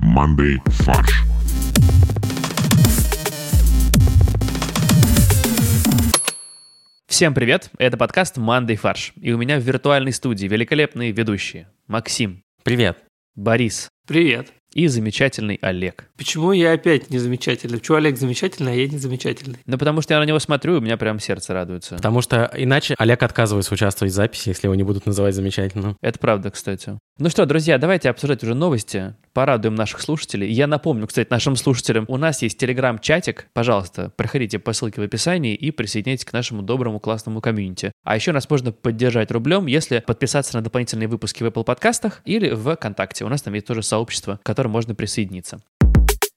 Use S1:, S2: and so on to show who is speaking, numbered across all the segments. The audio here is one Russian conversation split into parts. S1: командой «Фарш».
S2: Всем привет, это подкаст «Мандай фарш». И у меня в виртуальной студии великолепные ведущие Максим,
S3: Привет.
S2: Борис
S4: Привет.
S2: и замечательный Олег.
S4: Почему я опять не замечательный? Почему Олег замечательный, а я не замечательный?
S2: Ну, потому что я на него смотрю, и у меня прям сердце радуется.
S3: Потому что иначе Олег отказывается участвовать в записи, если его не будут называть замечательно.
S2: Это правда, кстати. Ну что, друзья, давайте обсуждать уже новости. Порадуем наших слушателей. Я напомню, кстати, нашим слушателям, у нас есть телеграм-чатик. Пожалуйста, проходите по ссылке в описании и присоединяйтесь к нашему доброму классному комьюнити. А еще нас можно поддержать рублем, если подписаться на дополнительные выпуски в Apple подкастах или в ВКонтакте. У нас там есть тоже сообщество, к которому можно присоединиться.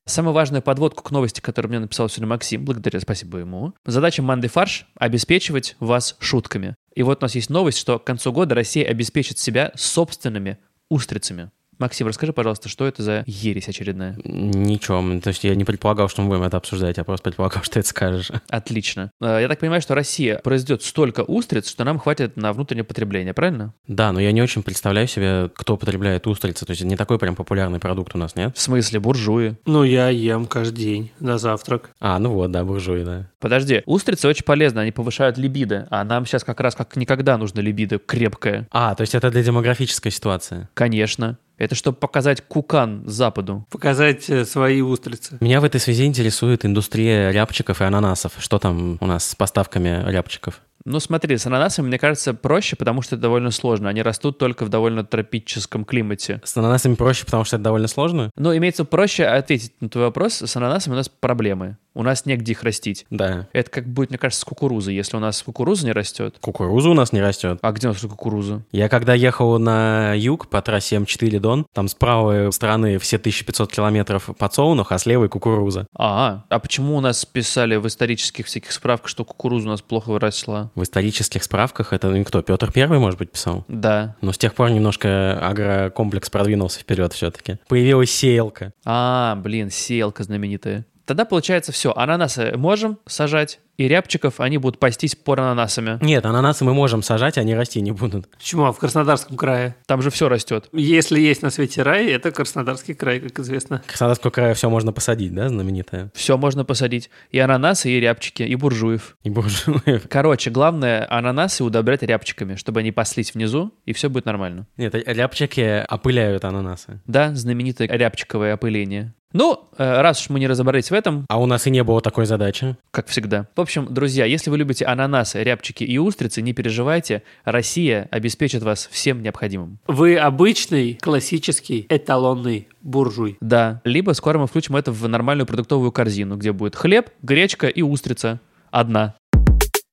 S2: Самую важную подводку к новости, которую мне написал сегодня Максим, благодаря, спасибо ему. Задача Манды Фарш – обеспечивать вас шутками. И вот у нас есть новость, что к концу года Россия обеспечит себя собственными устрицами. Максим, расскажи, пожалуйста, что это за ересь очередная?
S3: Ничего, то есть я не предполагал, что мы будем это обсуждать, я просто предполагал, что ты это скажешь.
S2: Отлично. Э, Я так понимаю, что Россия произведет столько устриц, что нам хватит на внутреннее потребление, правильно?
S3: Да, но я не очень представляю себе, кто потребляет устрицы, то есть это не такой прям популярный продукт у нас, нет?
S2: В смысле, буржуи.
S4: Ну, я ем каждый день на завтрак.
S3: А, ну вот, да, буржуи, да.
S2: Подожди, устрицы очень полезны, они повышают либидо, а нам сейчас как раз как никогда нужно либидо крепкое.
S3: А, то есть это для демографической ситуации.
S2: Конечно. Это чтобы показать кукан Западу.
S4: Показать э, свои устрицы.
S3: Меня в этой связи интересует индустрия рябчиков и ананасов. Что там у нас с поставками рябчиков?
S2: Ну, смотри, с ананасами, мне кажется, проще, потому что это довольно сложно. Они растут только в довольно тропическом климате.
S3: С ананасами проще, потому что это довольно сложно.
S2: Но имеется проще ответить на твой вопрос. С ананасами у нас проблемы. У нас негде их растить.
S3: Да.
S2: Это как будет, мне кажется, с кукурузой. Если у нас кукуруза не растет,
S3: Кукуруза у нас не растет.
S2: а где у нас кукуруза?
S3: Я когда ехал на юг по трассе М4 Дон, там с правой стороны все 1500 километров подсолнух, а с левой кукуруза.
S2: А, а почему у нас писали в исторических всяких справках, что кукуруза у нас плохо росла?
S3: В исторических справках это ну, кто, Петр Первый, может быть, писал?
S2: Да.
S3: Но с тех пор немножко агрокомплекс продвинулся вперед все-таки. Появилась сеялка.
S2: А, блин, сеялка знаменитая. Тогда получается все. Ананасы можем сажать, и рябчиков они будут пастись под ананасами.
S3: Нет, ананасы мы можем сажать, они расти не будут.
S4: Почему? А в Краснодарском крае.
S2: Там же все растет.
S4: Если есть на свете рай, это Краснодарский край, как известно.
S3: Краснодарского края все можно посадить, да, знаменитое?
S2: Все можно посадить. И ананасы, и рябчики, и буржуев.
S3: И буржуев.
S2: Короче, главное ананасы удобрять рябчиками, чтобы они паслись внизу, и все будет нормально.
S3: Нет, рябчики опыляют ананасы.
S2: Да, знаменитое рябчиковое опыление. Ну, э, раз уж мы не разобрались в этом,
S3: А у нас и не было такой задачи.
S2: как всегда. В общем, друзья, если вы любите ананасы, рябчики и устрицы, не переживайте, Россия обеспечит вас всем необходимым.
S4: Вы обычный, классический, эталонный буржуй.
S2: Да, либо скоро мы включим это в нормальную продуктовую корзину, где будет хлеб, гречка и устрица. Одна.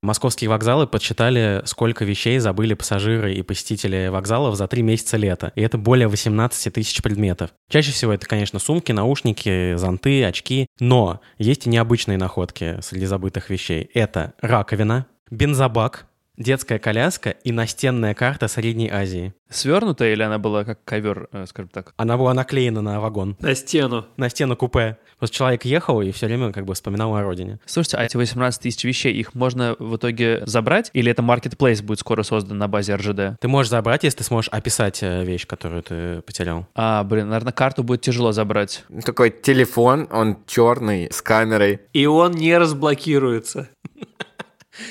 S3: Московские вокзалы подсчитали, сколько вещей забыли пассажиры и посетители вокзалов за три месяца лета. И это более 18 тысяч предметов. Чаще всего это, конечно, сумки, наушники, зонты, очки. Но есть и необычные находки среди забытых вещей. Это раковина, бензобак, детская коляска и настенная карта Средней Азии.
S2: Свернутая или она была как ковер, э, скажем так?
S3: Она была наклеена на вагон,
S4: На стену.
S3: на стену купе. Просто человек ехал и все время как бы вспоминал о родине.
S2: Слушайте, а эти 18 тысяч вещей, их можно в итоге забрать? Или это маркетплейс будет скоро создан на базе РЖД?
S3: Ты можешь забрать, если ты сможешь описать э, вещь, которую ты потерял.
S2: А, блин, наверное, карту будет тяжело забрать.
S5: Такой телефон, он черный, с камерой.
S4: И он не разблокируется.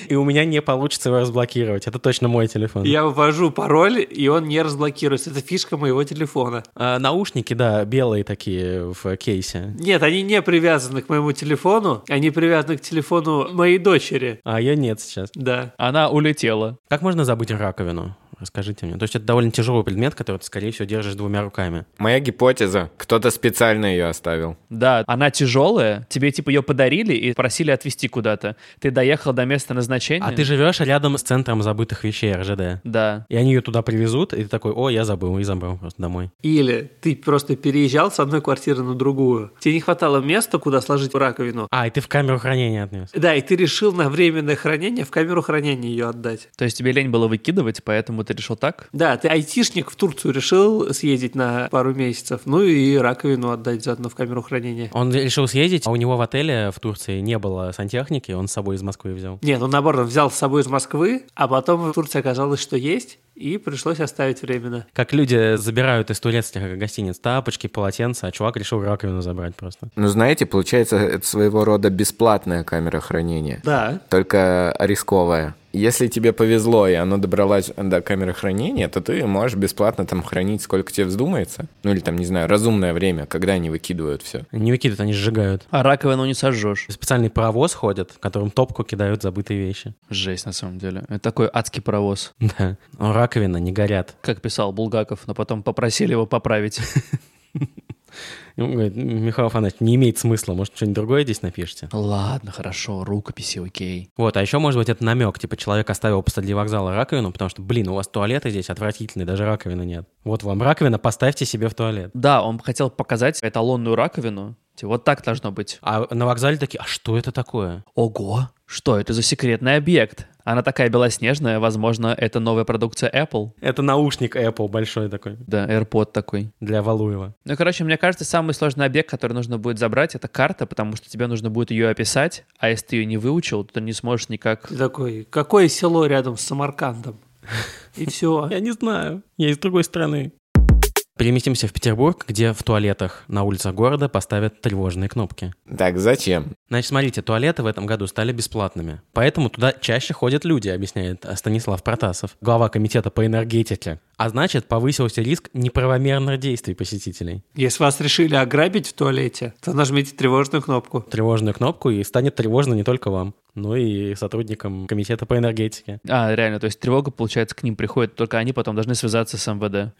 S3: И у меня не получится его разблокировать. Это точно мой телефон.
S4: Я ввожу пароль, и он не разблокируется. Это фишка моего телефона.
S3: А, наушники, да, белые такие в кейсе.
S4: Нет, они не привязаны к моему телефону. Они привязаны к телефону моей дочери.
S3: А я нет сейчас.
S4: Да.
S2: Она улетела.
S3: Как можно забыть раковину? Расскажите мне. То есть это довольно тяжелый предмет, который ты, скорее всего, держишь двумя руками.
S5: Моя гипотеза, кто-то специально ее оставил.
S2: Да, она тяжелая, тебе типа ее подарили и просили отвезти куда-то. Ты доехал до места назначения.
S3: А ты живешь рядом с центром забытых вещей РЖД.
S2: Да.
S3: И они ее туда привезут, и ты такой, о, я забыл, и забрал просто домой.
S4: Или ты просто переезжал с одной квартиры на другую. Тебе не хватало места, куда сложить раковину.
S3: А, и ты в камеру хранения отнес.
S4: Да, и ты решил на временное хранение в камеру хранения ее отдать.
S2: То есть тебе лень было выкидывать, поэтому ты решил так?
S4: Да, ты айтишник в Турцию решил съездить на пару месяцев, ну и раковину отдать заодно в камеру хранения.
S3: Он решил съездить, а у него в отеле в Турции не было сантехники, он с собой из Москвы взял.
S4: Не, ну наоборот, он взял с собой из Москвы, а потом в Турции оказалось, что есть, и пришлось оставить временно.
S3: Как люди забирают из турецких гостиниц тапочки, полотенца, а чувак решил раковину забрать просто.
S5: Ну, знаете, получается, это своего рода бесплатная камера хранения.
S4: Да,
S5: Только рисковая. Если тебе повезло, и оно добралось до камеры хранения, то ты можешь бесплатно там хранить, сколько тебе вздумается. Ну или там, не знаю, разумное время, когда они выкидывают все.
S3: Не выкидывают, они сжигают.
S2: А раковину не сожжешь.
S3: Специальный паровоз ходит, в котором топку кидают забытые вещи.
S2: Жесть, на самом деле. Это такой адский паровоз.
S3: Да. Но раковина не горят.
S2: Как писал Булгаков, но потом попросили его поправить.
S3: И он говорит, Михаил Афанасьевич, не имеет смысла, может, что-нибудь другое здесь напишите?
S2: Ладно, хорошо, рукописи, окей.
S3: Вот, а еще, может быть, это намек, типа, человек оставил посреди вокзала раковину, потому что, блин, у вас туалеты здесь отвратительные, даже раковины нет. Вот вам раковина, поставьте себе в туалет.
S2: Да, он хотел показать эталонную раковину. Типа, Вот так должно быть.
S3: А на вокзале такие, а что это такое?
S2: Ого, что это за секретный объект? Она такая белоснежная, возможно, это новая продукция Apple.
S3: Это наушник Apple большой такой
S2: Да, AirPod такой.
S3: для Валуева.
S2: Ну, короче, мне кажется, самый сложный объект, который нужно будет забрать, это карта, потому что тебе нужно будет ее описать, а если ты ее не выучил, то ты не сможешь никак...
S4: ты такой, какое село рядом с Самаркандом? И все.
S3: Я не знаю, я из другой страны. Переместимся в Петербург, где в туалетах на улицах города поставят тревожные кнопки.
S5: Так, зачем?
S3: Значит, смотрите, туалеты в этом году стали бесплатными. Поэтому туда чаще ходят люди, объясняет э, Станислав Протасов, глава комитета по энергетике. А значит, повысился риск неправомерных действий посетителей.
S4: Если вас решили ограбить в туалете, то нажмите тревожную кнопку.
S3: Тревожную кнопку, и станет тревожно не только вам, но и сотрудникам комитета по энергетике.
S2: А, реально, то есть тревога, получается, к ним приходит, только они потом должны связаться с МВД.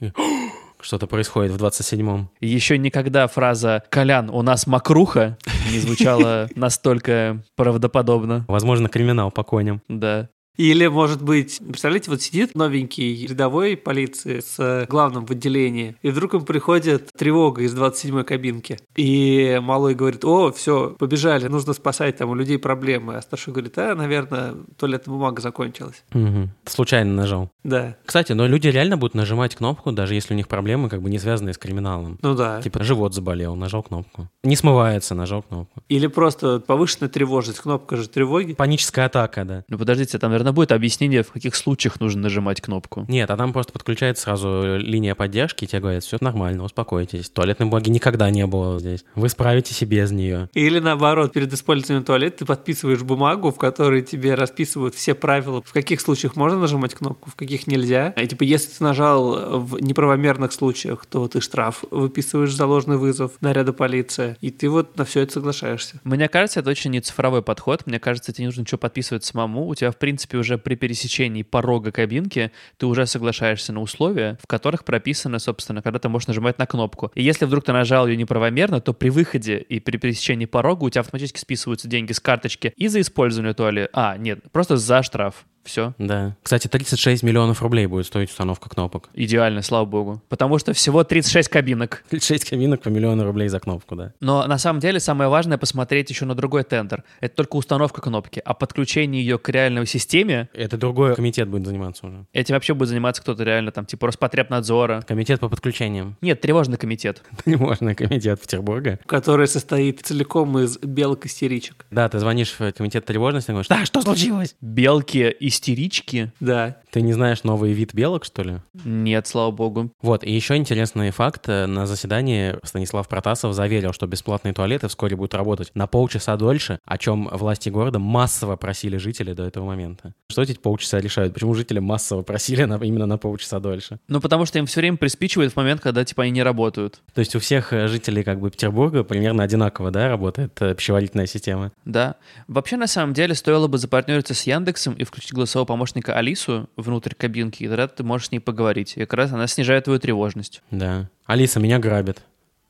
S3: Что-то происходит в 27-м.
S2: Еще никогда фраза «Колян, у нас мокруха» не звучала настолько правдоподобно.
S3: Возможно, криминал по коням.
S2: Да.
S4: Или, может быть, представляете, вот сидит новенький рядовой полиции с э, главным в отделении, и вдруг им приходит тревога из 27-й кабинки. И малой говорит, о, все, побежали, нужно спасать, там у людей проблемы. А старший говорит, а, наверное, туалетная бумага закончилась.
S3: Мгм. Случайно нажал.
S4: Да,
S3: Кстати, но люди реально будут нажимать кнопку, даже если у них проблемы как бы не связанные с криминалом.
S4: ну да.
S3: Типа живот заболел, нажал кнопку. Не смывается, нажал кнопку.
S4: Или просто повышенная тревожность, кнопка же тревоги.
S3: Паническая атака, да.
S2: Ну подождите, там, наверное, будет объяснение, в каких случаях нужно нажимать кнопку.
S3: Нет, а там просто подключается сразу э, линия поддержки, и тебе говорят, все нормально, успокойтесь. Туалетной бумаги никогда не было здесь. Вы справитесь и без нее.
S4: Или наоборот, перед использованием туалета ты подписываешь бумагу, в которой тебе расписывают все правила, в каких случаях можно нажимать кнопку, в каких нельзя. И типа, если ты нажал в неправомерных случаях, то ты штраф выписываешь за ложный вызов наряда полиции, и ты вот на все это соглашаешься.
S2: Мне кажется, это очень не цифровой подход. Мне кажется, тебе не нужно ничего подписывать самому. У тебя, в принципе, уже при пересечении порога кабинки ты уже соглашаешься на условия, в которых прописано, собственно, когда ты можешь нажимать на кнопку. И если вдруг ты нажал ее неправомерно, то при выходе и при пересечении порога у тебя автоматически списываются деньги с карточки и за использование туалета. А, нет, просто за штраф. Все.
S3: Да. Кстати, 36 миллионов рублей будет стоить установка кнопок.
S2: Идеально, слава богу. Потому что всего 36 кабинок.
S3: 36 кабинок по миллиону рублей за кнопку, да.
S2: Но на самом деле самое важное посмотреть еще на другой тендер. Это только установка кнопки, а подключение ее к реальной системе
S3: Это другой комитет будет заниматься уже.
S2: этим вообще будет заниматься кто-то реально там типа Роспотребнадзора.
S3: Комитет по подключениям.
S2: Нет, тревожный комитет.
S3: Тревожный комитет Петербурга.
S4: Которая состоит целиком из белок истеричек.
S3: Да, ты звонишь в комитет тревожности и говоришь, да, что случилось?
S2: Белки, истерички?
S4: Да.
S3: Ты не знаешь новый вид белок, что ли?
S2: Нет, слава богу.
S3: Вот, и еще интересный факт. э, На заседании Станислав Протасов заверил, что бесплатные туалеты вскоре будут работать на полчаса дольше, о чем власти города массово просили жители до этого момента. Что эти полчаса решают? Почему жители массово просили на- именно на полчаса дольше?
S2: Ну, потому что им все время приспичивает в момент, когда, типа, они не работают.
S3: То есть у всех э, жителей как бы Петербурга примерно одинаково, да, работает э, пищеварительная система?
S2: Да. Вообще, на самом деле, стоило бы запартнериться с Яндексом и включить голосового помощника Алису внутрь кабинки, и тогда ты можешь с ней поговорить. И как раз она снижает твою тревожность.
S3: Да. Алиса, меня грабит.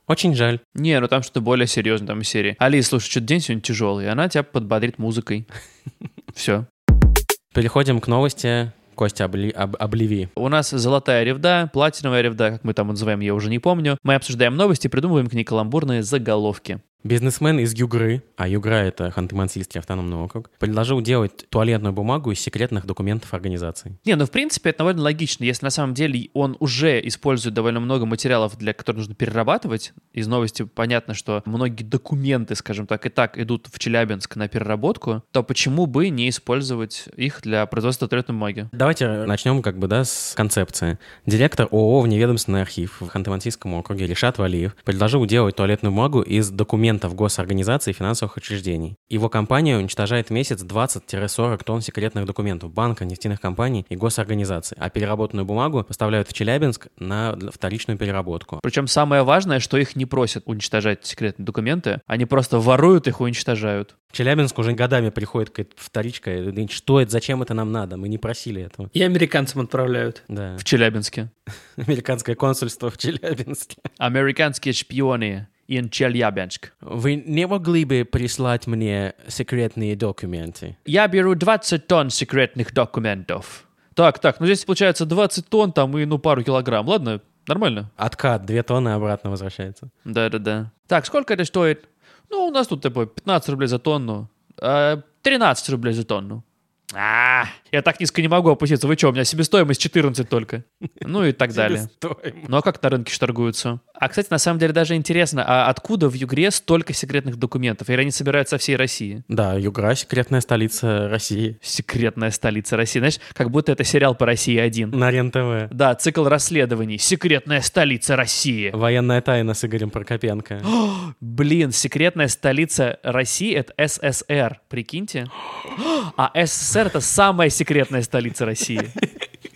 S3: Очень жаль.
S2: Не, ну там что-то более серьезное, там из серии. Алис, слушай, что-то день сегодня тяжелый, и она тебя подбодрит музыкой. Все.
S3: Переходим к новости Костя Обли- Об- Обливи.
S2: У нас золотая ревда, платиновая ревда, как мы там называем, я уже не помню. Мы обсуждаем новости, придумываем к ней каламбурные заголовки.
S3: Бизнесмен из Югры, а Югра — это Ханты-Мансийский автономный округ, предложил делать туалетную бумагу из секретных документов организации.
S2: Не, ну в принципе это довольно логично, если на самом деле он уже использует довольно много материалов, для которых нужно перерабатывать. Из новости понятно, что многие документы, скажем так, и так идут в Челябинск на переработку, то почему бы не использовать их для производства туалетной бумаги?
S3: Давайте начнем как бы, да, с концепции. Директор ООО «Вневедомственный архив» в Ханты-Мансийском округе Решат Валиев предложил делать туалетную бумагу из документов госорганизаций и финансовых учреждений. Его компания уничтожает в месяц 20-40 тонн секретных документов банка, нефтяных компаний и госорганизаций, а переработанную бумагу поставляют в Челябинск на вторичную переработку.
S2: Причем самое важное, что их не просят уничтожать секретные документы, они просто воруют их и уничтожают.
S3: В Челябинск уже годами приходит какая-то вторичка, и говорит, что это, зачем это нам надо, мы не просили этого.
S4: И американцам отправляют.
S3: Да.
S2: В Челябинске.
S3: Американское консульство в Челябинске.
S2: Американские шпионы in Челябинск.
S3: Вы не могли бы прислать мне секретные документы?
S2: Я беру 20 тонн секретных документов. Так, так, ну здесь получается 20 тонн, там и ну пару килограмм. Ладно, нормально.
S3: Откат, две тонны обратно возвращается.
S2: Да-да-да. Так, сколько это стоит? Ну, у нас тут такой 15 рублей за тонну. Э, 13 рублей за тонну. А, я так низко не могу опуститься. Вы что, у меня себестоимость 14 только. Ну и так далее.
S3: Себестоимость.
S2: Ну а как на рынке ж торгуются? А, кстати, на самом деле даже интересно, а откуда в Югре столько секретных документов? Или они собирают со всей России?
S3: Да, Югра — секретная столица России.
S2: Секретная столица России. Знаешь, как будто это сериал по России один.
S3: На РЕН-ТВ.
S2: Да, цикл расследований. Секретная столица России.
S3: Военная тайна с Игорем Прокопенко.
S2: Блин, секретная столица России — это СССР, прикиньте. А СССР — это самая секретная столица России.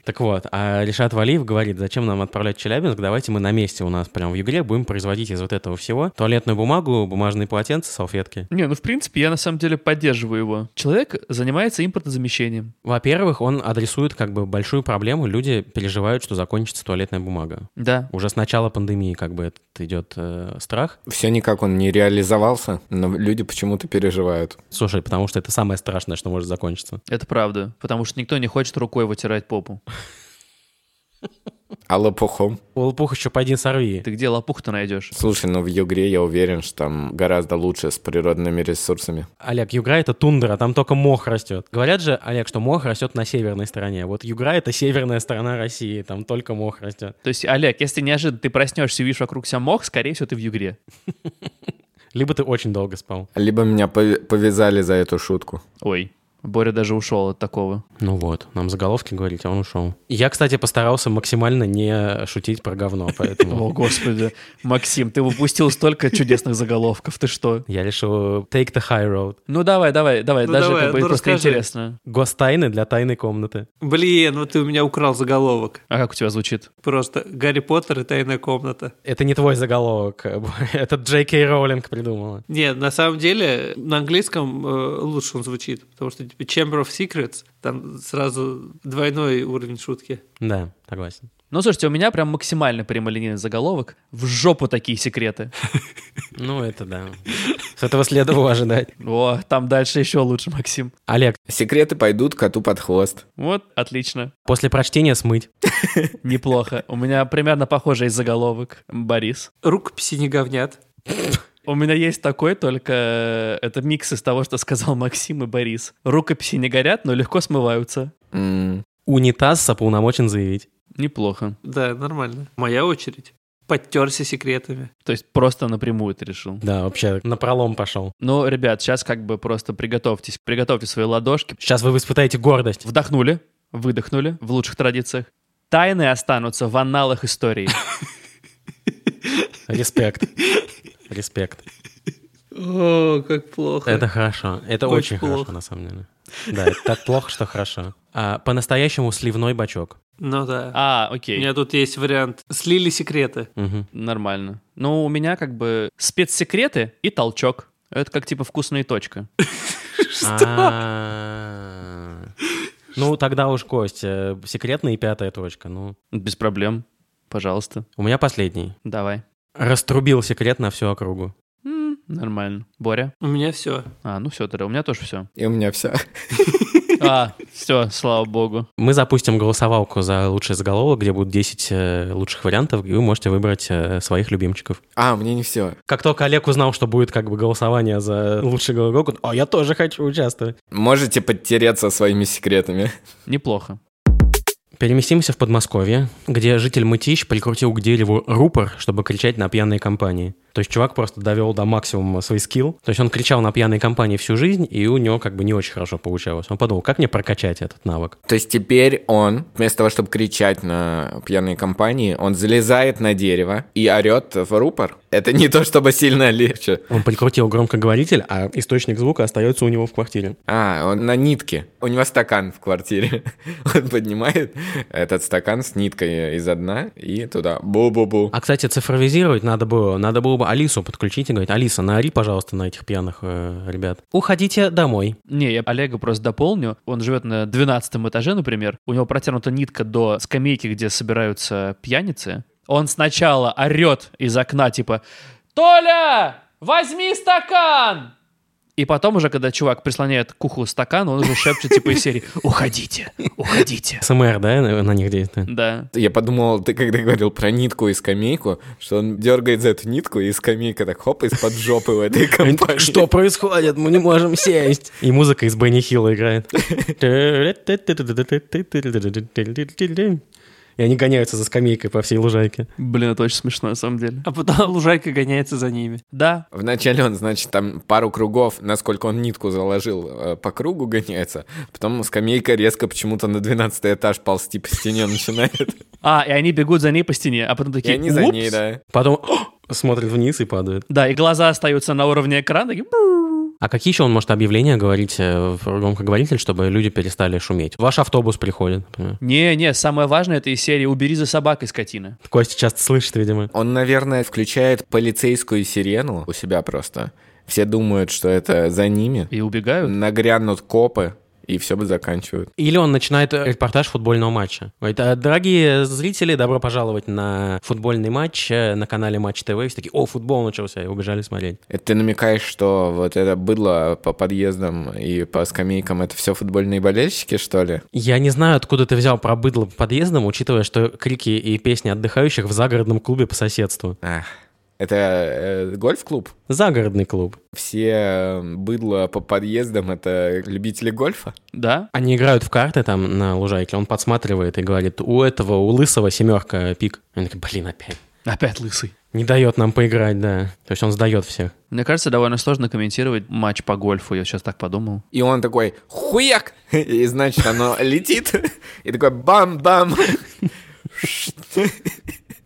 S3: Так вот, а Решат Валиев говорит, зачем нам отправлять в Челябинск, давайте мы на месте у нас прям в Югре будем производить из вот этого всего туалетную бумагу, бумажные полотенца, салфетки.
S2: Не, ну в принципе я на самом деле поддерживаю его. Человек занимается импортозамещением.
S3: Во-первых, он адресует как бы большую проблему, люди переживают, что закончится туалетная бумага.
S2: Да.
S3: Уже с начала пандемии как бы этот идет э, страх.
S5: Все никак он не реализовался, но люди почему-то переживают.
S3: Слушай, потому что это самое страшное, что может закончиться.
S2: Это правда, потому что никто не хочет рукой вытирать попу.
S5: А лопухом?
S3: У лопух еще пойди сорви.
S2: Ты где лопух-то найдешь?
S5: Слушай, ну в Югре я уверен, что там гораздо лучше с природными ресурсами.
S3: Олег, Югра это тундра, там только мох растет. Говорят же, Олег, что мох растет на северной стороне. Вот Югра это северная сторона России, там только мох растет.
S2: То есть, Олег, если неожиданно ты проснешься и видишь вокруг себя мох, скорее всего, ты в Югре.
S3: Либо ты очень долго спал.
S5: Либо меня пов- повязали за эту шутку.
S2: Ой, Боря даже ушел от такого.
S3: Ну вот, нам заголовки говорить, а он ушел. Я, кстати, постарался максимально не шутить про говно, поэтому...
S2: О, господи. Максим, ты упустил столько чудесных заголовков, ты что?
S3: Я решил take the high road.
S2: Ну давай, давай, давай,
S4: Ну,
S2: даже
S4: давай,
S2: это будет
S4: ну,
S2: просто
S4: расскажи.
S2: интересно.
S3: Гостайны для тайной комнаты.
S4: Блин, ну ты у меня украл заголовок.
S2: А как у тебя звучит?
S4: Просто «Гарри Поттер и тайная комната».
S3: Это не твой заголовок, это Джей Кей Роулинг придумала.
S4: Не, на самом деле на английском э, лучше он звучит, потому что типа Chamber of Secrets, там сразу двойной уровень шутки.
S3: Да, согласен.
S2: Ну, слушайте, у меня прям максимально прямолинейный заголовок. В жопу такие секреты.
S3: Ну, это да. С этого следовало ожидать.
S2: О, там дальше еще лучше, Максим.
S3: Олег,
S5: Секреты пойдут коту под хвост.
S2: Вот, отлично.
S3: после прочтения смыть.
S2: Неплохо. У меня примерно похожий заголовок. Борис.
S4: Рукописи не говнят.
S2: У меня есть такой, только э, это микс из того, что сказал Максим и Борис. Рукописи не горят, но легко смываются.
S5: М,
S3: Унитаз уполномочен заявить.
S2: Неплохо.
S4: Да, нормально. Моя очередь. Подтерся секретами.
S2: То есть просто напрямую ты решил.
S3: Да, вообще, на пролом пошел.
S2: Ну, ребят, сейчас как бы просто приготовьтесь, приготовьте свои ладошки.
S3: Сейчас вы испытаете гордость.
S2: Вдохнули, выдохнули в лучших традициях. Тайны останутся в аналах истории.
S3: Респект. Респект.
S4: О, как плохо.
S3: Это хорошо. Это
S4: Очень
S3: очень
S4: плохо.
S3: хорошо, на самом деле. Да, это так плохо, что хорошо. А, По-настоящему сливной бачок.
S4: Ну да.
S2: А,
S4: У
S2: окей.
S4: меня тут есть вариант. Слили секреты.
S3: Мгм.
S2: Нормально. Ну, у меня как бы спецсекреты и толчок. Это как типа вкусная точка.
S3: А. Ну, тогда уж, Кость, э, секретная и пятая точка. Ну,
S2: Без проблем. Пожалуйста.
S3: у меня последний.
S2: Давай.
S3: Раструбил секрет на всю округу.
S2: М, Нормально. Боря?
S4: У меня все.
S2: А, ну все, тогда у меня тоже все.
S5: И у меня вся.
S2: А, все, слава богу.
S3: Мы запустим голосовалку за лучший заголовок, где будут 10 э, лучших вариантов, и вы можете выбрать э, своих любимчиков.
S5: А, мне не все.
S3: Как только Олег узнал, что будет как бы голосование за лучший заголовок, он, а я тоже хочу участвовать.
S5: Можете подтереться своими секретами.
S2: Неплохо.
S3: Переместимся в Подмосковье, где житель Мытищ прикрутил к дереву рупор, чтобы кричать на пьяные компании. То есть чувак просто довел до максимума свой скилл. То есть он кричал на пьяные компании всю жизнь, и у него как бы не очень хорошо получалось. Он подумал, как мне прокачать этот навык?
S5: То есть теперь он, вместо того, чтобы кричать на пьяные компании, он залезает на дерево и орет в рупор. Это не то, чтобы сильно легче.
S3: Он прикрутил громкоговоритель, а источник звука остается у него в квартире.
S5: А, он на нитке. У него стакан в квартире. Он поднимает этот стакан с ниткой из дна и туда бу-бу-бу.
S3: А, кстати, цифровизировать надо было. Надо было бы Алису подключить и говорить, Алиса, наори, пожалуйста, на этих пьяных э, ребят. Уходите домой.
S2: Не, я Олега просто дополню. Он живет на 12 этаже, например. У него протянута нитка до скамейки, где собираются пьяницы. Он сначала орет из окна, типа «Толя, возьми стакан!» И потом уже, когда чувак прислоняет к уху стакан, он уже шепчет типа из серии «Уходите, уходите».
S3: СМР, да, на, на них действует?
S2: Да.
S5: Я подумал, ты когда говорил про нитку и скамейку, что он дергает за эту нитку, и скамейка так хоп, из-под жопы у этой
S3: Они
S5: компании.
S3: так, Что происходит? Мы не можем сесть. И музыка из Бенни Хилла играет. И они гоняются за скамейкой по всей лужайке.
S2: Блин, это очень смешно на самом деле.
S4: А потом лужайка гоняется за ними.
S2: Да,
S5: Вначале он, значит, там пару кругов, насколько он нитку заложил, э, по кругу гоняется. Потом скамейка резко почему-то на 12 этаж ползти по стене начинает.
S2: А, и они бегут за ней по стене, а потом
S5: И
S2: такие,
S5: они за
S2: «Упс».
S5: ней, да.
S3: Потом смотрит вниз и падает.
S2: Да, и глаза остаются на уровне экрана. такие, «Бррр».
S3: А какие еще он может объявления говорить э, в громкоговоритель, чтобы люди перестали шуметь? Ваш автобус приходит, например.
S2: Не-не, самое важное это из серии «Убери за собакой, скотина».
S3: Костя часто слышит, видимо.
S5: Он, наверное, включает полицейскую сирену у себя просто. Все думают, что это за ними.
S2: И убегают.
S5: Нагрянут копы, и все бы заканчивают.
S3: Или он начинает э, репортаж футбольного матча. Говорит, «А, дорогие зрители, добро пожаловать на футбольный матч э, на канале Матч ТВ. И все такие, о, футбол начался, и убежали смотреть.
S5: Это ты намекаешь, что вот это быдло по подъездам и по скамейкам это все футбольные болельщики, что ли?
S3: Я не знаю, откуда ты взял про быдло по подъездам, учитывая, что крики и песни отдыхающих в загородном клубе по соседству.
S5: Ах. Это э, гольф-клуб?
S3: Загородный клуб.
S5: Все э, быдло по подъездам это любители гольфа?
S2: Да?
S3: Они играют в карты там на лужайке, он подсматривает и говорит, у этого, у лысого семерка пик. Они такие, блин, опять.
S2: Опять лысый.
S3: Не дает нам поиграть, да. То есть он сдает всех.
S2: Мне кажется, довольно сложно комментировать матч по гольфу, я сейчас так подумал.
S5: И он такой хуяк! И значит оно летит. И такой бам-бам!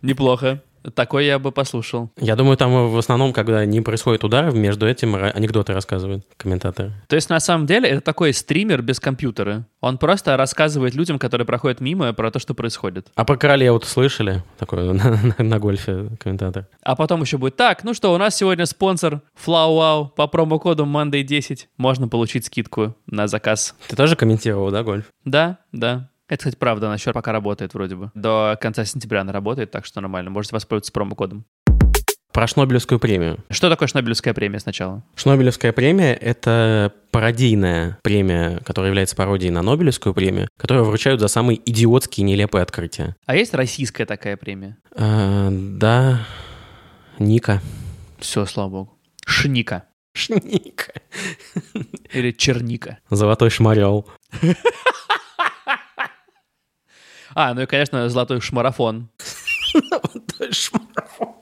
S2: Неплохо. Такой я бы послушал.
S3: Я думаю, там в основном, когда не происходит ударов, между этим ра- анекдоты рассказывают комментаторы.
S2: То есть, на самом деле, это такой стример без компьютера. Он просто рассказывает людям, которые проходят мимо, про то, что происходит.
S3: А про королеву-то слышали? Такой на, на- на гольфе комментатор.
S2: А потом еще будет так, ну что, у нас сегодня спонсор FlowWow по промокоду Monday10. Можно получить скидку на заказ
S3: Ты тоже комментировал, да, гольф?
S2: Да, да. Это, кстати, правда, она еще пока работает вроде бы. До конца сентября она работает, так что нормально. Можете воспользоваться промокодом.
S3: Про Шнобелевскую премию.
S2: Что такое Шнобелевская премия сначала?
S3: Шнобелевская премия — это пародийная премия, которая является пародией на Нобелевскую премию, которую вручают за самые идиотские и нелепые открытия.
S2: А есть российская такая премия?
S3: А, да, Ника.
S2: Все, слава богу. Шника.
S3: Шника.
S2: Или черника.
S3: Золотой шмарел.
S2: А, ну и, конечно, золотой шмарафон.
S3: Золотой шмарел.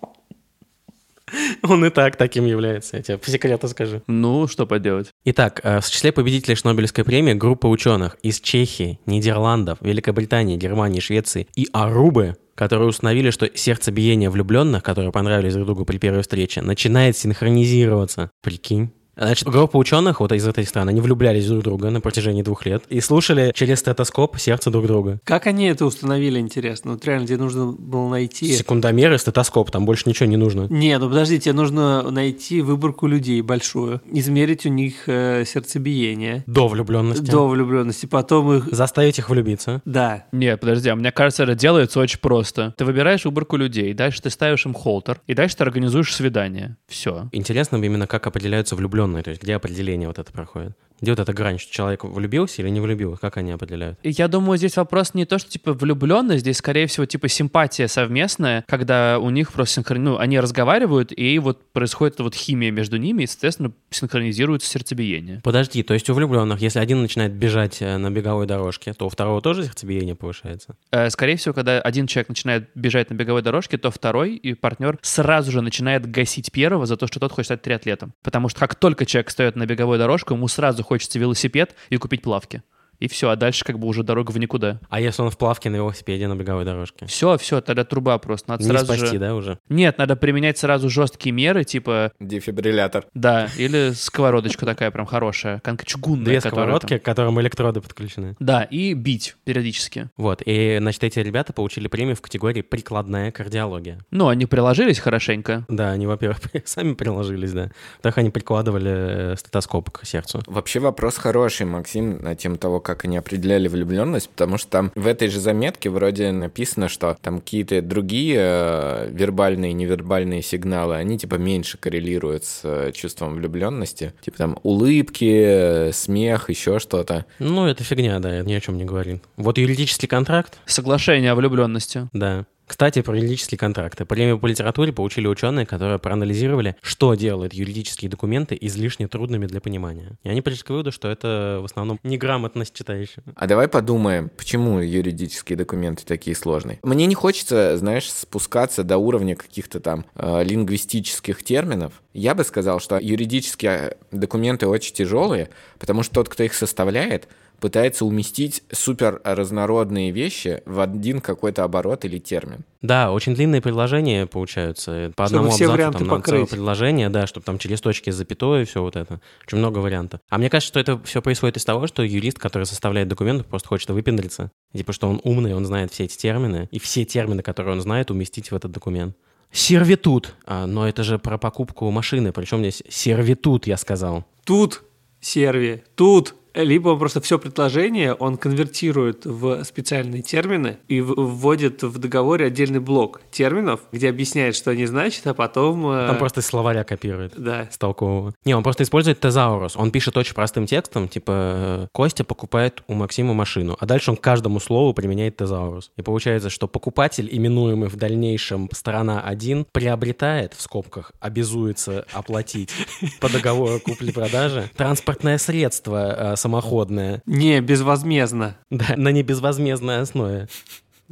S3: Он и так таким является, я тебе по секрету скажу.
S2: Ну, что поделать.
S3: Итак, э, в числе победителей Шнобелевской премии группа ученых из Чехии, Нидерландов, Великобритании, Германии, Швеции и Арубы, которые установили, что сердцебиение влюбленных, которые понравились друг другу при первой встрече, начинает синхронизироваться. Прикинь. Значит, группа ученых вот из этой страны, они влюблялись друг в друга на протяжении двух лет и слушали через стетоскоп сердце друг друга.
S4: Как они это установили, интересно? Вот реально, тебе нужно было найти...
S3: Секундомер и стетоскоп, там больше ничего не нужно.
S4: Не, ну подожди, тебе нужно найти выборку людей большую, измерить у них э, сердцебиение
S3: До влюбленности.
S4: до влюбленности, потом их...
S3: Заставить их влюбиться.
S4: Да,
S2: Нет, подожди, а мне кажется, это делается очень просто. Ты выбираешь выборку людей, дальше ты ставишь им холтер, и дальше ты организуешь свидание. Все.
S3: Интересно именно, как определяются влюбленные, то есть где определение вот это проходит. Где вот эта грань, что человек влюбился или не влюбился? Как они определяют?
S2: Я думаю, здесь вопрос не то, что типа влюбленность, здесь скорее всего типа симпатия совместная, когда у них просто синхрон... ну, они разговаривают, и вот происходит вот химия между ними, и, соответственно, синхронизируется сердцебиение.
S3: Подожди, то есть у влюбленных, если один начинает бежать э, на беговой дорожке, то у второго тоже сердцебиение повышается?
S2: Э, Скорее всего, когда один человек начинает бежать на беговой дорожке, то второй и партнер сразу же начинает гасить первого за то, что тот хочет стать триатлетом. Потому что как только человек встает на беговую дорожку, ему сразу хочется велосипед и купить плавки. И все, а дальше как бы уже дорога в никуда.
S3: А если он в плавке на велосипеде на беговой дорожке?
S2: Все, все, тогда труба просто. Надо
S3: Не
S2: сразу
S3: спасти,
S2: же...
S3: да, уже?
S2: Нет, надо применять сразу жесткие меры, типа,
S5: Дефибриллятор.
S2: да, или сковородочка такая прям хорошая, конкретно чугунная. которая
S3: Две
S2: там.
S3: сковородки, к которым электроды подключены.
S2: Да, и бить периодически.
S3: Вот, и, значит, эти ребята получили премию в категории «Прикладная кардиология».
S2: Ну, они приложились хорошенько.
S3: Да, они, во-первых, сами приложились, да. Так они прикладывали э, стетоскоп к сердцу.
S5: Вообще вопрос хороший, Максим, на тем того, как они определяли влюбленность, потому что там в этой же заметке вроде написано, что там какие-то другие э, вербальные и невербальные сигналы, они типа меньше коррелируют с э, чувством влюбленности. Типа там улыбки, э, смех, еще что-то.
S3: Ну, это фигня, да, это ни о чем не говорит. Вот юридический контракт,
S2: Соглашение о влюбленности.
S3: да. Кстати, про юридические контракты. Премию по литературе получили ученые, которые проанализировали, что делают юридические документы излишне трудными для понимания. И они пришли к выводу, что это в основном неграмотность читающего.
S5: А давай подумаем, почему юридические документы такие сложные. Мне не хочется, знаешь, спускаться до уровня каких-то там э, лингвистических терминов. Я бы сказал, что юридические документы очень тяжелые, потому что тот, кто их составляет, пытается уместить супер разнородные вещи в один какой-то оборот или термин.
S3: Да, очень длинные предложения получаются. э, По
S4: Чтобы
S3: одному
S4: все
S3: абзацу
S4: варианты
S3: там надо целое
S4: покрыть.
S3: предложение, да, чтобы там через точки с запятой и все вот это. Очень много вариантов. А мне кажется, что это все происходит из того, что юрист, который составляет документ, просто хочет выпендриться. Типа, что он умный, он знает все эти термины, и все термины, которые он знает, уместить в этот документ. Сервитут. А, но это же про покупку машины. Причем здесь сервитут, я сказал.
S4: Тут серви, тут либо он просто все предложение он конвертирует в специальные термины и в- вводит в договоре отдельный блок терминов, где объясняет, что они значат, а потом... э,
S3: Там просто из словаря копирует.
S4: Да.
S3: с толкового. Не, он просто использует тезаурус. Он пишет очень простым текстом, типа э, «Костя покупает у Максима машину», а дальше он к каждому слову применяет тезаурус. И получается, что покупатель, именуемый в дальнейшем сторона 1, приобретает, в скобках, обязуется оплатить по договору купли-продажи транспортное средство э, самоходное
S4: Не, безвозмездно.
S3: да, на небезвозмездной основе.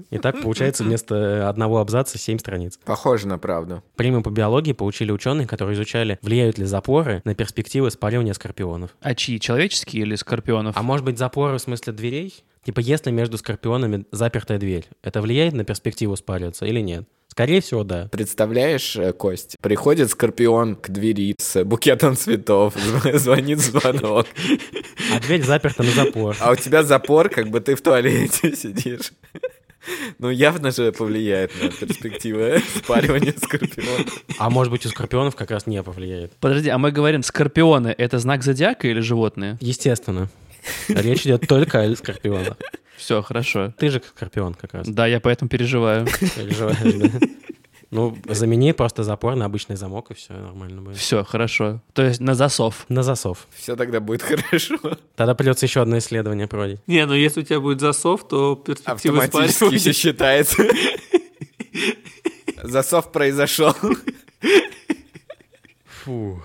S3: И так получается вместо одного абзаца 7 страниц.
S5: Похоже на правду.
S3: Премию по биологии получили ученые, которые изучали, влияют ли запоры на перспективы спаривания скорпионов.
S2: А чьи, человеческие или скорпионов?
S3: А может быть запоры в смысле дверей? Типа если между скорпионами запертая дверь, это влияет на перспективу спариваться или нет? Скорее всего, да.
S5: Представляешь, э, Кость, приходит скорпион к двери с букетом цветов, зв- звонит звонок,
S3: А дверь заперта на запор.
S5: а у тебя запор, как бы ты в туалете сидишь. Ну, явно же повлияет на перспективы спаривания скорпиона.
S3: А может быть у скорпионов как раз не повлияет.
S2: Подожди, а мы говорим, скорпионы — это знак зодиака или животные?
S3: Естественно. Речь идет только о скорпионах.
S2: Все, хорошо.
S3: Ты же скорпион как раз.
S2: Да, я поэтому переживаю.
S3: Переживаешь, да? Ну, замени просто запор на обычный замок, и все нормально будет.
S2: Все, хорошо. То есть на засов.
S3: На засов.
S5: Все тогда будет хорошо.
S3: Тогда придется еще одно исследование проводить.
S4: Не, ну если у тебя будет засов, то перспективы
S5: Автоматически все
S4: спаривания...
S5: считается. Засов произошел.
S3: Фу.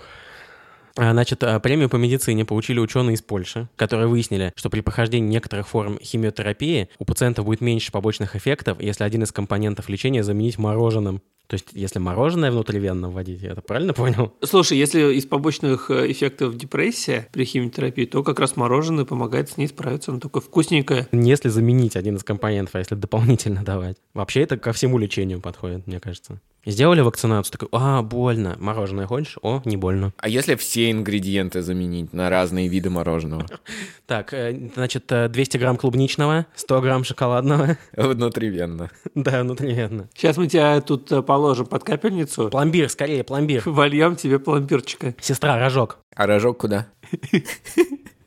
S3: А, Значит, а, премию по медицине получили ученые из Польши, которые выяснили, что при прохождении некоторых форм химиотерапии у пациента будет меньше побочных эффектов, если один из компонентов лечения заменить мороженым. То есть, если мороженое внутривенно вводить, я это правильно понял?
S4: Слушай, если из побочных э, эффектов депрессия при химиотерапии, то как раз мороженое помогает с ней справиться. Оно такое вкусненькое.
S3: Не Если заменить один из компонентов, а если дополнительно давать. Вообще это ко всему лечению подходит, мне кажется. Сделали вакцинацию, такой, а, больно, мороженое хочешь? О, не больно.
S5: А если все ингредиенты заменить на разные виды мороженого?
S3: Так, э, значит, э, 200 грамм клубничного, 100 грамм шоколадного.
S5: Внутривенно.
S3: Да, внутривенно.
S4: Сейчас мы тебя тут э, положим под капельницу,
S3: Пломбир, скорее, пломбир.
S4: вольем тебе пломбирчика
S3: Сестра, рожок.
S5: А рожок куда?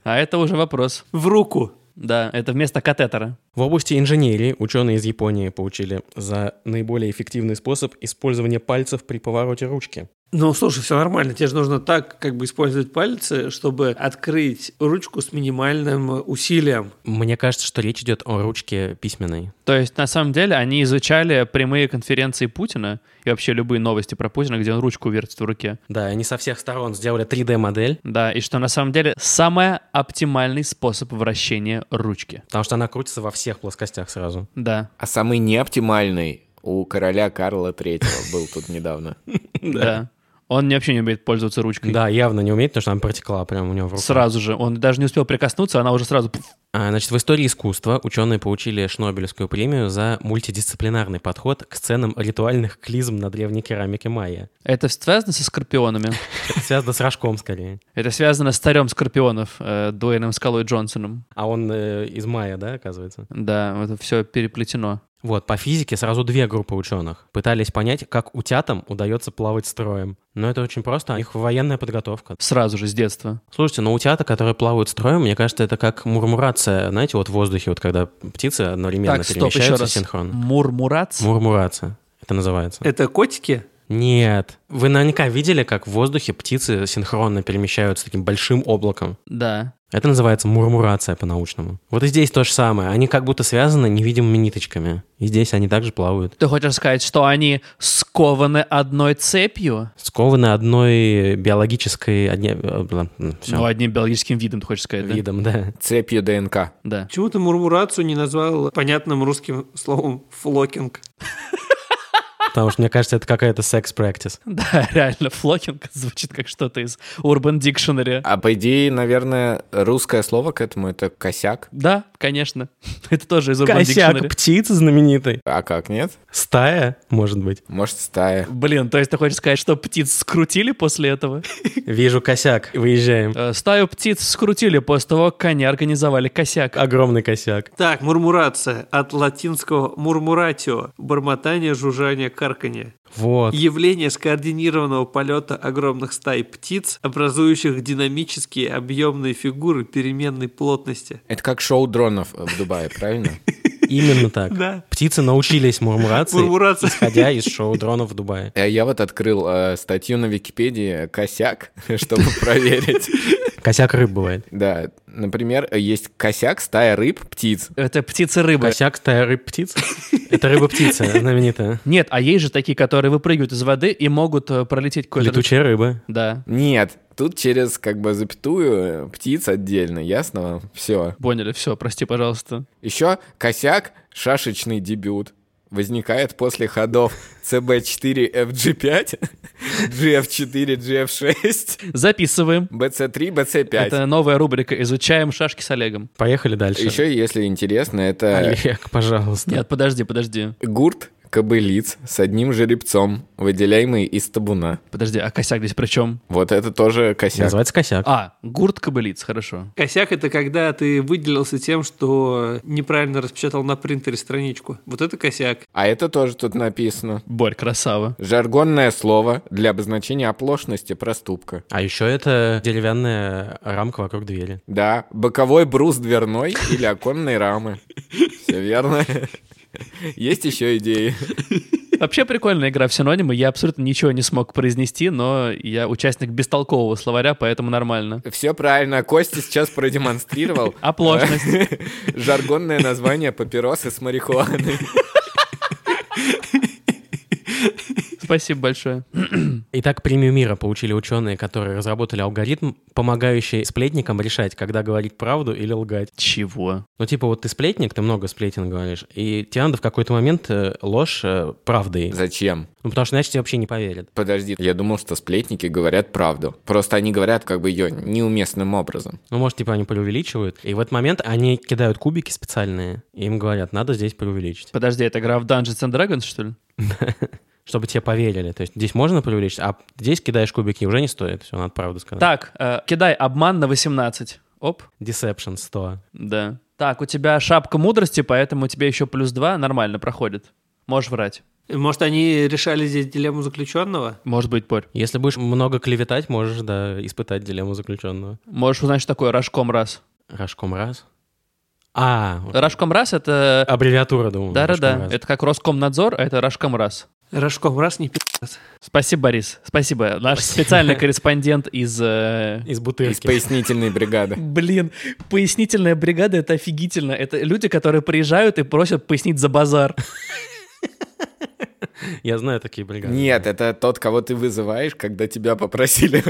S2: А это уже вопрос.
S4: в руку.
S2: Да, это вместо катетера.
S3: В области инженерии ученые из Японии получили за наиболее эффективный способ использования пальцев при повороте ручки.
S4: Ну, слушай, все нормально. Тебе же нужно так как бы использовать пальцы, чтобы открыть ручку с минимальным усилием.
S3: Мне кажется, что речь идет о ручке письменной.
S2: То есть, на самом деле, они изучали прямые конференции Путина и вообще любые новости про Путина, где он ручку вертит в руке.
S3: Да, они со всех сторон сделали 3D-модель,
S2: Да, и что на самом деле самый оптимальный способ вращения ручки.
S3: потому что она крутится во всех плоскостях сразу.
S2: Да,
S5: А самый неоптимальный у короля Карла Третьего был тут недавно.
S2: да. Он не- вообще не умеет пользоваться ручкой.
S3: Да, явно не умеет, потому что она протекла прямо у него в руках.
S2: Сразу же. Он даже не успел прикоснуться, она уже сразу... пф.
S3: А, Значит, в истории искусства ученые получили Шнобелевскую премию за мультидисциплинарный подход к сценам ритуальных клизм на древней керамике майя.
S2: Это связано со скорпионами?
S3: Это связано с рожком скорее.
S2: Это связано с царем скорпионов, э, Дуэйном Скалой Джонсоном.
S3: А он э, из майя, да, оказывается?
S2: Да, это все переплетено.
S3: Вот, по физике сразу две группы ученых пытались понять, как утятам удается плавать строем. Но это очень просто, у них военная подготовка.
S2: Сразу же с детства.
S3: Слушайте, но утята, которые плавают строем, мне кажется, это как мурмурация, знаете, вот в воздухе, вот когда птицы одновременно
S2: так, стоп, еще
S3: перемещаются
S2: раз.
S3: ну синхронно.
S2: Мурмурац?
S3: Мурмурация это называется.
S4: Это котики?
S3: Нет. Вы наверняка видели, как в воздухе птицы синхронно перемещаются таким большим облаком.
S2: Да.
S3: Это называется мурмурация по-научному. Вот и здесь то же самое. Они как будто связаны невидимыми ниточками. И здесь они также плавают.
S2: Ты хочешь сказать, что они скованы одной цепью?
S3: Скованы одной биологической... Одне... э, бла- м, всё.
S2: Ну, одним биологическим видом, ты хочешь сказать, да?
S3: видом, да.
S5: Цепью ДНК.
S2: Да.
S4: Почему ты мурмурацию не назвал понятным русским словом флокинг?
S3: Потому что, мне кажется, это какая-то секс-практис.
S2: Да, реально, флокинг звучит как что-то из Urban Dictionary.
S5: А по идее, наверное, русское слово к этому это косяк.
S2: Да, конечно. Это тоже из Urban
S3: Косяк
S2: Dictionary.
S3: птиц знаменитый.
S5: А как нет?
S3: Стая, может быть.
S5: Может, стая.
S2: Блин, то есть ты хочешь сказать, что птиц скрутили после этого?
S3: Вижу косяк. Выезжаем.
S2: Э, Стаю птиц скрутили после того, как они организовали косяк.
S3: Огромный косяк.
S4: Так, мурмурация от латинского мурмуратио – бормотание, жужжание, карканье.
S3: Вот.
S4: Явление скоординированного полета огромных стай птиц, образующих динамические объемные фигуры переменной плотности.
S5: Это как шоу дронов в Дубае, правильно?
S3: Именно так.
S4: Да.
S3: Птицы научились мурмурации,
S4: Мурмурация.
S3: исходя из шоу дронов в Дубае.
S5: Э, Я вот открыл э, статью на Википедии э, «Косяк», чтобы проверить.
S3: Косяк рыб бывает.
S5: Да, например, э, есть косяк, стая рыб, птиц.
S2: Это птицы-рыбы.
S3: Косяк стая рыб-птиц. Это рыба-птица знаменитая.
S2: Нет, а есть же такие, которые выпрыгивают из воды и могут э, пролететь какой-то...
S3: Летучая рыба.
S2: Да,
S5: Нет, тут через как бы запятую э, птиц отдельно, ясно вам? Все.
S2: поняли, все, прости, пожалуйста.
S5: Еще косяк, шашечный дебют. Возникает после ходов CB4, FG5, GF4, GF6,
S2: Записываем.
S5: BC3, BC5.
S2: Это новая рубрика «Изучаем шашки с Олегом».
S3: Поехали дальше.
S5: Еще, если интересно,
S3: А,
S5: это
S3: Олег, пожалуйста.
S2: Нет, подожди, подожди.
S5: гурт кобылиц с одним жеребцом, выделяемый из табуна.
S2: Подожди, а косяк здесь при чем?
S5: Вот это тоже косяк.
S3: Называется косяк.
S2: А, гурт кобылиц, хорошо.
S4: Косяк — это когда ты выделился тем, что неправильно распечатал на принтере страничку. Вот это косяк.
S5: А это тоже тут написано.
S2: Борь, красава.
S5: Жаргонное слово для обозначения оплошности проступка.
S3: А еще это деревянная рамка вокруг двери.
S5: Да, боковой брус дверной или оконной рамы. Все верно. Есть еще идеи.
S2: Вообще прикольная игра в синонимы. Я абсолютно ничего не смог произнести, но я участник бестолкового словаря, поэтому нормально.
S5: Все правильно. Костя сейчас продемонстрировал
S2: Оплошность.
S5: жаргонное название папиросы с марихуаной.
S2: Спасибо большое.
S3: Итак, премию мира получили ученые, которые разработали алгоритм, помогающий сплетникам решать, когда говорить правду или лгать.
S2: Чего?
S3: Ну, типа, вот ты сплетник, ты много сплетен говоришь, и тебе надо в какой-то момент э, ложь э, правдой.
S5: Зачем?
S3: Ну, потому что иначе тебе вообще не поверят.
S5: Подожди, я думал, что сплетники говорят правду. Просто они говорят как бы ее неуместным образом.
S3: Ну, может, типа они преувеличивают. И в этот момент они кидают кубики специальные, и им говорят, надо здесь преувеличить,
S2: Подожди, это игра в Dungeons and Dragons, что ли?
S3: чтобы тебе поверили. То есть здесь можно преувеличить, а здесь кидаешь кубики, уже не стоит. Все, надо правду сказать.
S2: Так, э, кидай обман на 18. Оп,
S3: Deception 100.
S2: да. Так, у тебя шапка мудрости, поэтому тебе еще плюс 2 нормально проходит. Можешь врать.
S4: Может, они решали здесь дилемму заключенного?
S2: Может быть, Борь.
S3: Если будешь много клеветать, можешь, да, испытать дилемму заключенного.
S2: Можешь узнать, что такое рожком раз.
S3: Рожком раз. А, вот
S2: Рожком раз — это...
S3: аббревиатура, думаю.
S2: Да-да-да,
S3: рожком раз.
S2: это как Роскомнадзор, а это рожком раз.
S4: Рожком раз не пи***т.
S2: Спасибо, Борис. Спасибо. Наш специальный корреспондент из... э,
S3: Из
S5: Из
S3: бутылки.
S5: пояснительной бригады.
S2: Блин, пояснительная бригада — это офигительно. Это люди, которые приезжают и просят пояснить за базар.
S3: Я знаю такие бригады.
S5: Нет, это тот, кого ты вызываешь, когда тебя попросили.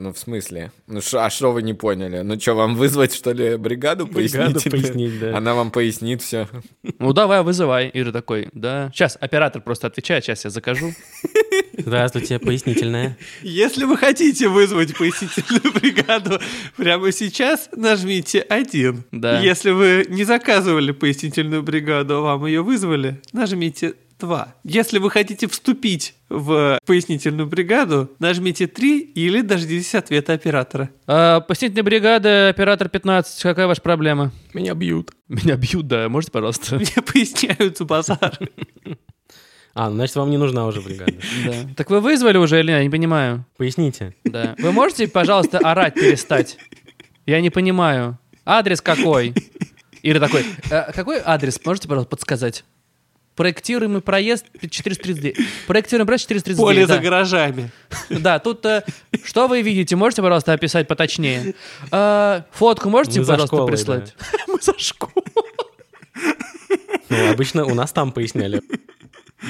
S5: Ну, в смысле? Ну, шо- а что вы не поняли? Ну, что, вам вызвать, что ли, бригаду
S3: Бригаду
S5: пояснительную?
S3: пояснить, да.
S5: Она вам пояснит все.
S2: Ну давай, вызывай. Ира такой, да. Сейчас оператор просто отвечает, сейчас я закажу.
S3: Здравствуйте, пояснительная.
S4: Если вы хотите вызвать пояснительную бригаду прямо сейчас, нажмите один.
S2: Да.
S4: Если вы не заказывали пояснительную бригаду, а вам ее вызвали, нажмите два. Если вы хотите вступить в пояснительную бригаду, нажмите три или дождитесь ответа оператора.
S2: А, пояснительная бригада, оператор 15, какая ваша проблема?
S3: Меня бьют.
S2: Меня бьют, да, можете, пожалуйста?
S4: Мне поясняются базары.
S3: А, ну, значит, вам не нужна уже бригада.
S2: Да. Так вы вызвали уже или нет? Я не понимаю.
S3: Поясните.
S2: Да. Вы можете, пожалуйста, орать перестать? Я не понимаю. Адрес какой? Ира такой, «Э, какой адрес? Можете, пожалуйста, подсказать? Проектируемый проезд 439. Проектируемый проезд 439.
S4: Поле
S2: да.
S4: за гаражами.
S2: Да, тут э, что вы видите? Можете, пожалуйста, описать поточнее? Э, фотку можете,
S3: Мы за
S2: пожалуйста,
S3: школой,
S2: прислать? Мы за школу.
S3: Ну, обычно у нас там поясняли.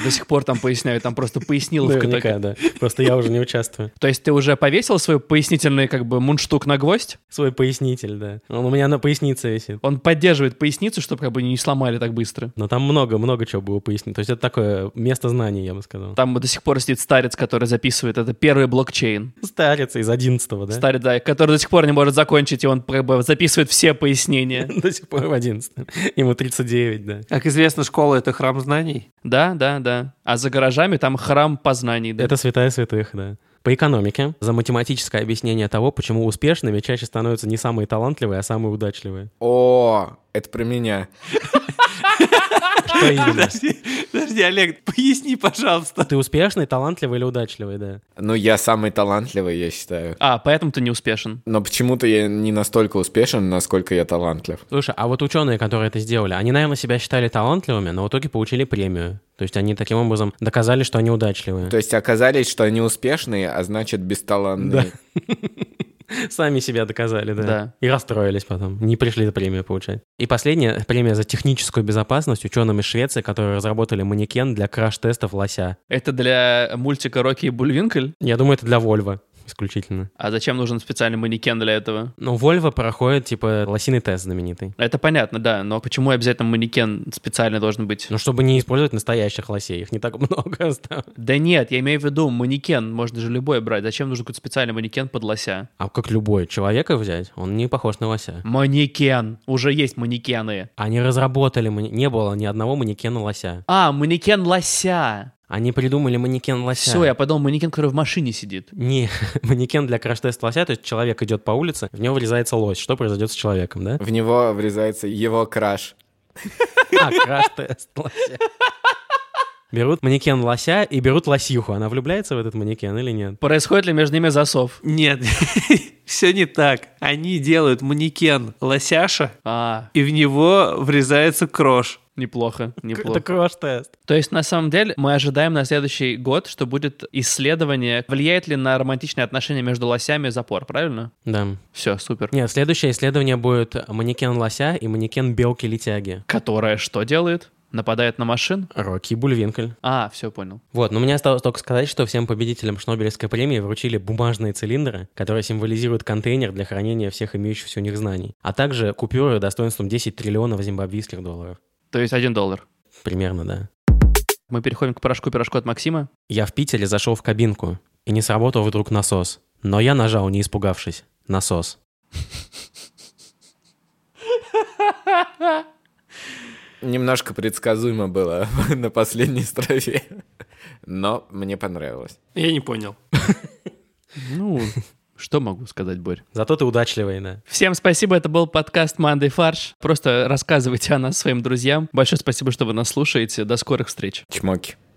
S2: До сих пор там поясняю, там просто поясниловка такая.
S3: Наверняка, да. Просто я уже не участвую.
S2: То есть ты уже повесил свой пояснительный как бы мундштук на гвоздь?
S3: Свой пояснитель, да. Он у меня на пояснице висит.
S2: Он поддерживает поясницу, чтобы как бы не сломали так быстро.
S3: Но там много-много чего было пояснить. То есть это такое место знаний, я бы сказал.
S2: Там до сих пор сидит старец, который записывает. Это первый блокчейн.
S3: Старец из 11 да?
S2: Старец, да, который до сих пор не может закончить, и он как бы записывает все пояснения.
S3: До сих пор в 11 Ему 39, да.
S4: Как известно, школа — это храм знаний.
S2: Да, да, да. А за гаражами там храм познаний. Да.
S3: Это святая святых, да. По экономике, за математическое объяснение того, почему успешными чаще становятся не самые талантливые, а самые удачливые.
S5: О, это про меня.
S3: Что именно?
S4: Подожди, подожди, Олег, поясни, пожалуйста.
S3: Ты успешный, талантливый или удачливый, да?
S5: Ну, я самый талантливый, я считаю.
S2: А, поэтому ты не успешен.
S5: Но почему-то я не настолько успешен, насколько я талантлив.
S3: Слушай, а вот ученые, которые это сделали, они, наверное, себя считали талантливыми, но в итоге получили премию. То есть они таким образом доказали, что они удачливые.
S5: То есть оказались, что они успешные, а значит бесталантные.
S3: Сами себя доказали, да.
S2: Да.
S3: И расстроились потом. Не пришли за премию получать. И последняя премия за техническую безопасность ученым из Швеции, которые разработали манекен для краш-тестов лося.
S2: Это для мультика Рокки и Бульвинкель?
S3: Я думаю, это для Вольво исключительно.
S2: А зачем нужен специальный манекен для этого?
S3: Ну, Вольво проходит, типа, лосиный тест знаменитый.
S2: Это понятно, да, но почему обязательно манекен специально должен быть?
S3: Ну, чтобы не использовать настоящих лосей, их не так много осталось.
S2: Да нет, я имею в виду манекен, можно же любой брать. Зачем нужен какой-то специальный манекен под лося?
S3: А как любой человека взять, он не похож на лося.
S2: Манекен! Уже есть манекены.
S3: Они разработали, мани- не было ни одного манекена лося.
S2: А, манекен лося!
S3: Они придумали манекен лося.
S2: Все, я подумал, манекен, который в машине сидит.
S3: Не, манекен для краш-теста лося, то есть человек идет по улице, в него врезается лось. Что произойдет с человеком, да?
S5: В него врезается его краш.
S3: А, краш-тест лося. Берут манекен лося и берут лосиху. Она влюбляется в этот манекен или нет?
S2: Происходит ли между ними засов?
S4: Нет, все не так. Они делают манекен лосяша,
S2: А,
S4: и в него врезается крош.
S2: неплохо,
S3: Это
S2: неплохо.
S3: краш-тест.
S2: То есть, на самом деле, мы ожидаем на следующий год, что будет исследование, влияет ли на романтичные отношения между лосями запор, правильно?
S3: Да.
S2: Все, супер.
S3: Нет, следующее исследование будет манекен лося и манекен белки-летяги.
S2: Которая что делает? Нападает на машин?
S3: Рокки Бульвинкель.
S2: А, все понял.
S3: Вот, но мне осталось только сказать, что всем победителям Шнобелевской премии вручили бумажные цилиндры, которые символизируют контейнер для хранения всех имеющихся у них знаний, а также купюры достоинством 10 триллионов зимбабвийских долларов.
S2: То есть один доллар.
S3: Примерно, да.
S2: Мы переходим к порошку-пирожку от Максима.
S3: Я в Питере зашел в кабинку, и не сработал вдруг насос. Но я нажал, не испугавшись. Насос.
S5: Немножко предсказуемо было на последней строфе, но мне понравилось.
S4: Я не понял.
S2: Ну, что могу сказать, Борь?
S3: Зато ты удачливый, да.
S2: Всем спасибо, это был подкаст «Мандай фарш». Просто рассказывайте о нас своим друзьям. Большое спасибо, что вы нас слушаете. До скорых встреч.
S5: Чмоки.